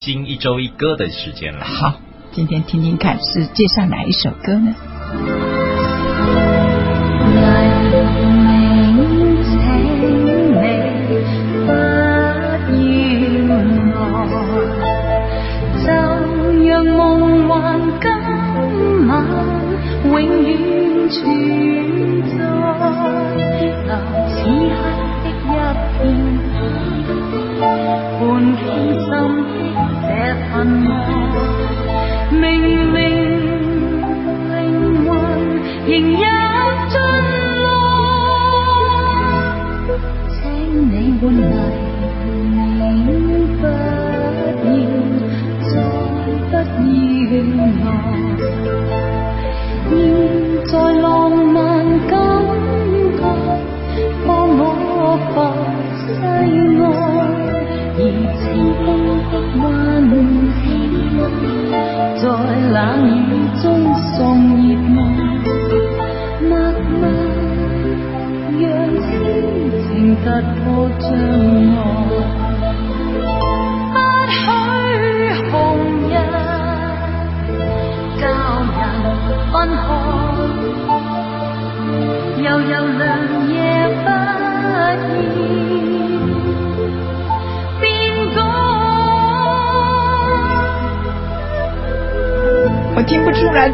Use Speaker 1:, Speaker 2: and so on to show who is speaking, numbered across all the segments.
Speaker 1: 金一周一歌的时间了。
Speaker 2: 好，今天听听看是介绍哪一首歌呢？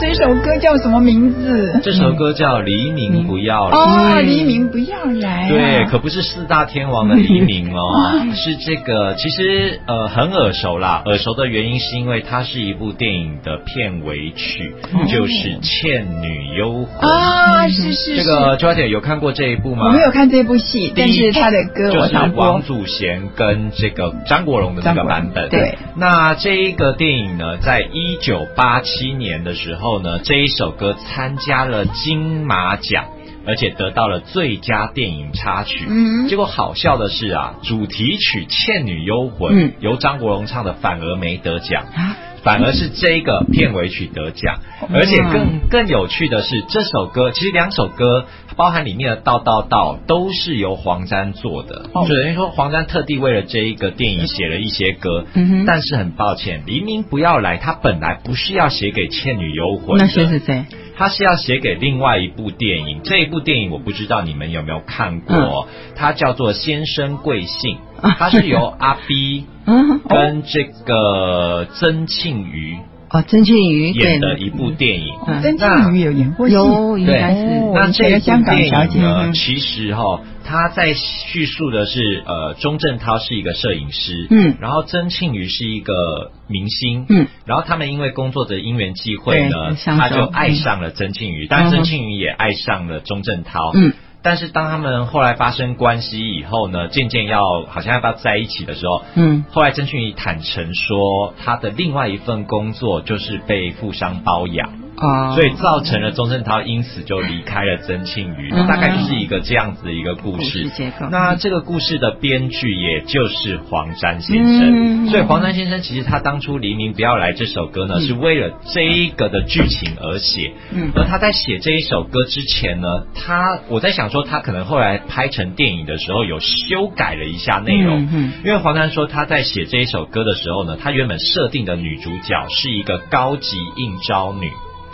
Speaker 2: 这首歌叫什么名字？
Speaker 1: 这首歌叫《黎明不要来》
Speaker 2: 哦，黎明不要来、啊。
Speaker 1: 对，可不是四大天王的黎明哦，是这个。其实呃很耳熟啦，耳熟的原因是因为它是一部电影的片尾曲，嗯、就是《倩女幽魂》
Speaker 2: 哦啊，是是,是。
Speaker 1: 这个 j o y 有看过这一部吗？
Speaker 2: 我没有看这部戏，但是他的歌
Speaker 1: 就是王祖贤跟这个张国荣的这个版本。
Speaker 2: 对。
Speaker 1: 那这一个电影呢，在一九八七年的时候。呢，这一首歌参加了金马奖，而且得到了最佳电影插曲。嗯，结果好笑的是啊，主题曲《倩女幽魂》嗯、由张国荣唱的，反而没得奖。啊反而是这个片尾曲得奖，而且更更有趣的是，这首歌其实两首歌包含里面的“道道道”都是由黄沾做的，就等于说黄沾特地为了这一个电影写了一些歌。嗯、但是很抱歉，《黎明不要来》他本来不是要写给《倩女幽魂》
Speaker 2: 的，那写给谁？
Speaker 1: 他是要写给另外一部电影，这一部电影我不知道你们有没有看过，嗯、啊它叫做《先生贵姓》，它是由阿 B。嗯，
Speaker 3: 啊
Speaker 1: 跟这个曾庆瑜
Speaker 2: 哦，曾庆瑜
Speaker 1: 演的一部电影，
Speaker 2: 哦曾庆瑜有演过戏，哦
Speaker 4: 有应该是。
Speaker 1: 那这个哦香港小姐呢，其实哈，她在叙述的是呃，钟镇涛是一个摄影师，嗯，然后曾庆瑜是一个明星，嗯，然后他们因为工作的因缘际会呢，他就爱上了曾庆瑜，但曾庆瑜也爱上了钟镇涛，嗯。但是当他们后来发生关系以后呢，渐渐要好像要不要在一起的时候，嗯，后来曾俊怡坦诚说，他的另外一份工作就是被富商包养。
Speaker 3: 哦
Speaker 1: 啊，所以造成了钟镇涛因此就离开了曾庆瑜，嗯、大嗯概就是一个这样子的一个故事。
Speaker 2: 故
Speaker 1: 那这个故事的编剧也就是黄沾先生，嗯、所以黄沾先生其实他当初《黎明不要来》这首歌呢，嗯、是为了这一个的剧情而写。嗯，而他在写这一首歌之前呢，他我在想说他可能后来拍成电影的时候有修改了一下内容，因为黄沾说他在写这一首歌的时候呢，他原本设定的女主角是一个高级应招女。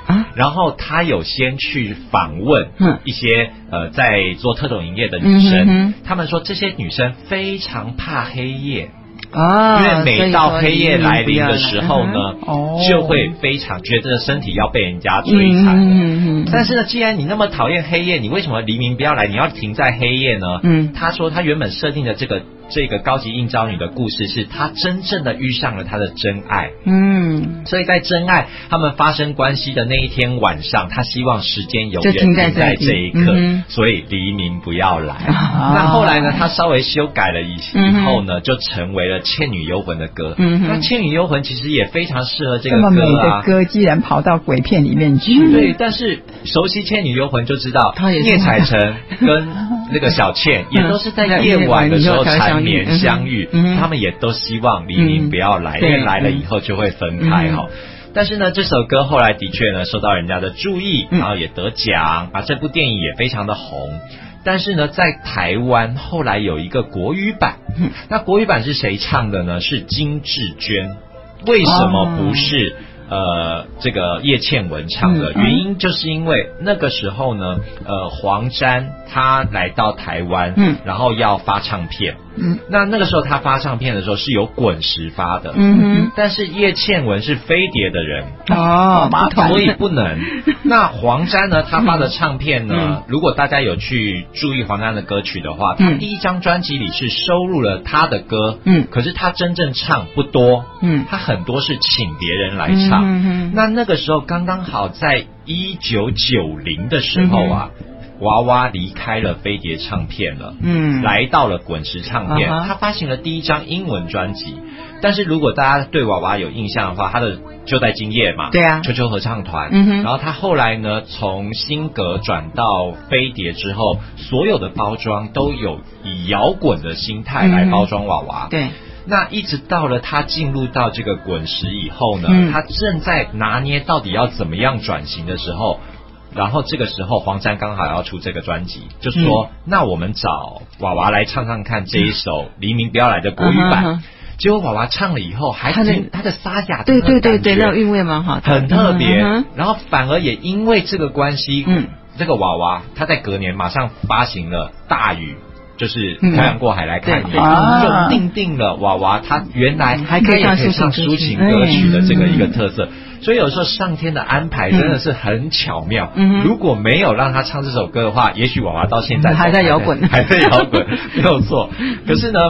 Speaker 1: 啊、然后他有先去访问一些、嗯、呃在做特种营业的女生，他、嗯、们说这些女生非常怕黑夜。
Speaker 2: 啊，
Speaker 1: 因为每到黑夜来临的时候呢，哦、就会非常觉得身体要被人家摧残。嗯嗯嗯、但是呢，既然你那么讨厌黑夜，你为什么黎明不要来？你要停在黑夜呢？嗯，他说他原本设定的这个这个高级应招女的故事是，他真正的遇上了他的真爱。嗯，所以在真爱他们发生关系的那一天晚上，他希望时间永远停在这嗯一刻，所以黎明不要来。
Speaker 2: 啊
Speaker 1: 哦、那后来呢，他稍微修改了以以后呢，就成为了。《倩女幽魂》的歌，嗯、那《倩女幽魂》其实也非常适合这个歌啊。
Speaker 2: 这么美的歌，既然跑到鬼片里面去，嗯、
Speaker 1: 对。但是熟悉《倩女幽魂》就知道，聂采臣跟那个小倩也都是在夜晚的时候缠绵相遇，嗯、他们也都希望黎明不要来，因为来了以后就会分开哈。但是呢，这首歌后来的确呢受到人家的注意，然后也得奖啊，这部电影也非常的红。但是呢，在台湾后来有一个国语版，那国语版是谁唱的呢？是金志娟。为什么不是、呃这个叶倩文唱的？
Speaker 3: 嗯嗯
Speaker 1: 原因就是因为那个时候呢，呃黄沾他来到台湾，
Speaker 3: 嗯
Speaker 1: 然后要发唱片，
Speaker 3: 嗯
Speaker 1: 那那个时候他发唱片的时候是由滚石发的，
Speaker 3: 嗯
Speaker 1: 但是叶倩文是飞碟的人，
Speaker 3: 哼，哦，麻烦，
Speaker 1: 所以不 能。那黄沾呢？他发的唱片呢？如果大家有去注意黄沾的歌曲的话，他
Speaker 3: 嗯
Speaker 1: 第一张专辑里是收录了他的歌，
Speaker 3: 嗯
Speaker 1: 可是他真正唱不多，
Speaker 3: 嗯，
Speaker 1: 他很多是请别人来唱。
Speaker 3: 嗯
Speaker 1: 那那个时候刚刚好在一九九零的时候啊，娃娃离开了飞碟唱片了。
Speaker 3: 嗯，
Speaker 1: 来到了滚石唱片
Speaker 3: 啊哈
Speaker 1: 他发行了第一张英文专辑。但是如果大家对娃娃有印象的话，他的就在今夜嘛，
Speaker 3: 对啊
Speaker 1: 秋秋合唱团，
Speaker 3: 嗯哼
Speaker 1: 然后他后来呢，从新格转到飞碟之后，所有的包装都有以摇滚的心态来包装娃娃，
Speaker 3: 嗯对，
Speaker 1: 那一直到了他进入到这个滚石以后呢，
Speaker 3: 嗯
Speaker 1: 他正在拿捏到底要怎么样转型的时候，然后这个时候黄沾刚好要出这个专辑，就
Speaker 3: 嗯
Speaker 1: 说、那我们找娃娃来唱唱看这一首《黎明不要来》的国语版。
Speaker 3: 嗯哼
Speaker 1: 结果娃娃唱了以后，还
Speaker 3: 他的
Speaker 1: 挺他的沙哑的那
Speaker 3: 对
Speaker 1: 种
Speaker 3: 对对对，
Speaker 1: 感觉
Speaker 3: 那种韵味蛮好的，
Speaker 1: 很特别。
Speaker 3: 嗯哼
Speaker 1: 然后反而也因为这个关系，
Speaker 3: 嗯
Speaker 1: 这个娃娃他在隔年马上发行了《大雨》。就是
Speaker 3: 嗯
Speaker 1: 漂洋过海来看你，
Speaker 3: 对啊
Speaker 1: 就定定了娃娃他原来
Speaker 3: 还可以
Speaker 1: 他也
Speaker 3: 唱
Speaker 1: 可以唱
Speaker 3: 抒情
Speaker 1: 抒
Speaker 3: 歌曲
Speaker 1: 情歌曲的这个
Speaker 3: 嗯
Speaker 1: 一个特色，所以有时候上天的安排真的是很巧妙。
Speaker 3: 嗯哼
Speaker 1: 如果没有让他唱这首歌的话，也许娃娃到现在
Speaker 3: 嗯还在摇滚
Speaker 1: 还在摇滚，没有错。可是呢，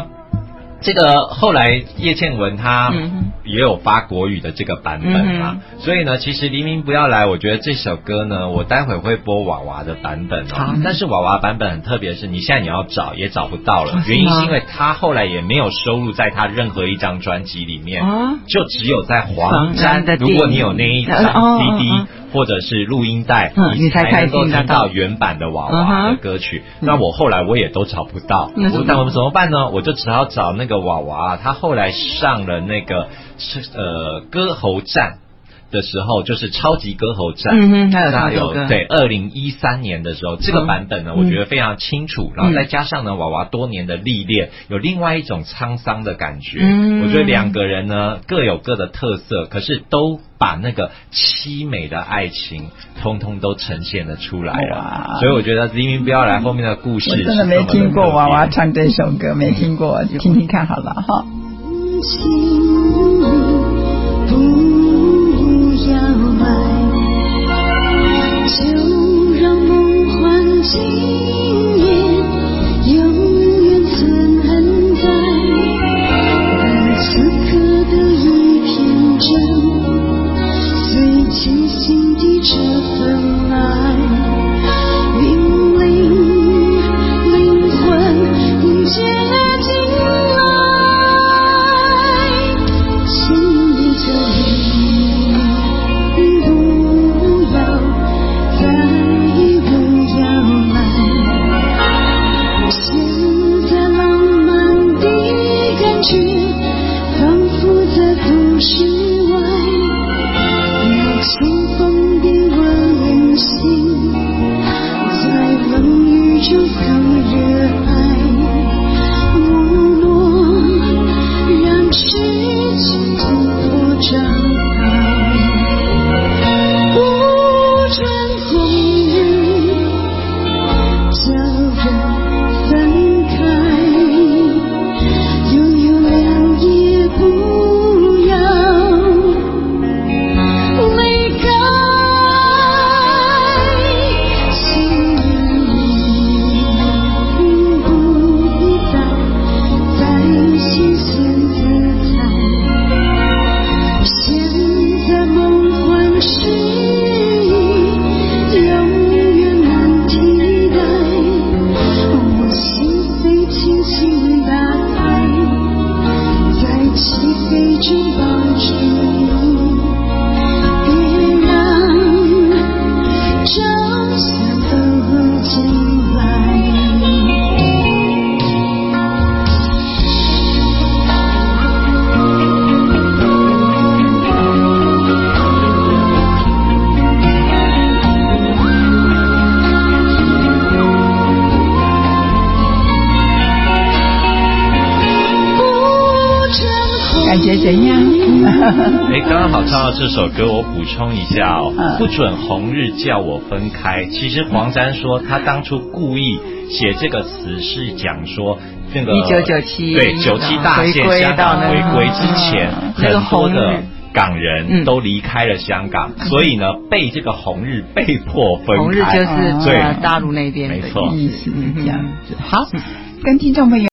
Speaker 1: 这个后来叶倩文她
Speaker 3: 嗯哼嗯
Speaker 1: 也有发国语的这个版本啊，所以呢，其实黎明不要来，我觉得这首歌呢，我待会会播娃娃的版本
Speaker 3: 好
Speaker 1: 啊，但是娃娃版本很特别，是你现在你要找也找不到
Speaker 3: 哦
Speaker 1: 了，
Speaker 3: 是吗
Speaker 1: 原因是因为他后来也没有收录在他任何一张专辑里面
Speaker 3: 哦，
Speaker 1: 就只有在
Speaker 3: 黄
Speaker 1: 黄沾
Speaker 3: 沾的，
Speaker 1: 如果你有那一张
Speaker 3: 电影哦哦
Speaker 1: CD
Speaker 3: 哦
Speaker 1: 或者是录音带
Speaker 3: 嗯，你才
Speaker 1: 才能够
Speaker 3: 开心得
Speaker 1: 听
Speaker 3: 到
Speaker 1: 到原版的娃
Speaker 3: 嗯
Speaker 1: 娃的
Speaker 3: 哼
Speaker 1: 歌曲。那我后来我也都找不到，
Speaker 3: 那怎
Speaker 1: 我
Speaker 3: 么
Speaker 1: 但
Speaker 3: 办
Speaker 1: 我们怎么办呢？我就只好找那个娃娃，他后来上了那个是呃歌喉战的时候，就是超级歌喉战。
Speaker 3: 嗯哼，还有
Speaker 1: 那
Speaker 3: 唱这首
Speaker 1: 有
Speaker 3: 歌，，
Speaker 1: 对，二零一三年的时候，这个版本呢，
Speaker 3: 嗯
Speaker 1: 我觉得非常清楚，然后
Speaker 3: 嗯
Speaker 1: 再加上呢，娃娃多年的历练，有另外一种沧桑的感觉。
Speaker 3: 嗯
Speaker 1: 我觉得两个人呢各有各的特色，可是都把那个凄美的爱情，通通都呈现了出来了
Speaker 4: 哇。
Speaker 1: 所以我觉得《黎明不要来》后面的嗯故事
Speaker 4: 我
Speaker 1: 是
Speaker 4: 真的
Speaker 1: 这
Speaker 4: 没
Speaker 1: 么
Speaker 4: 听过
Speaker 1: 特别
Speaker 4: 娃娃唱这首歌，没听过，就听听看好了哈。
Speaker 2: 心里不要来，就让梦幻今夜永远存在。把此刻的一片真，最清醒的这份爱。命令灵魂迎接进来，心里的你不要再不要来，现在浪漫的感觉仿佛在故事外，那清风的温润心。在冷雨中更热爱，无论让世界突破障碍，无尽风雨叫人分开，拥有了也不要。离开，心里不再在新鲜自在。现在梦幻诗意永远难替代，我心扉轻轻打开，在起飞中保持你。别让真相走进来。
Speaker 4: 感觉怎样？
Speaker 1: 哎，刚刚好唱到这首歌，我补充一下哦，
Speaker 4: 嗯
Speaker 1: 不准红日叫我分开。其实黄沾说他当初故意写这个词是讲说那个
Speaker 4: 1997
Speaker 1: 对九七大
Speaker 4: 回
Speaker 1: 限
Speaker 4: 归
Speaker 1: 香港
Speaker 4: 到那
Speaker 1: 回
Speaker 4: 个
Speaker 1: 归之前，
Speaker 4: 嗯那个
Speaker 1: 很多
Speaker 4: 红
Speaker 1: 的
Speaker 4: 日。嗯
Speaker 1: 港人
Speaker 3: 嗯
Speaker 1: 都离开了香港，所以呢，被这个红日被迫分开。
Speaker 3: 红日就是
Speaker 1: 对
Speaker 3: 呃大陆那边的
Speaker 1: 没错
Speaker 3: 意
Speaker 4: 意
Speaker 3: 思
Speaker 4: 思是这样
Speaker 3: 嗯
Speaker 4: 子。好，跟听众朋友。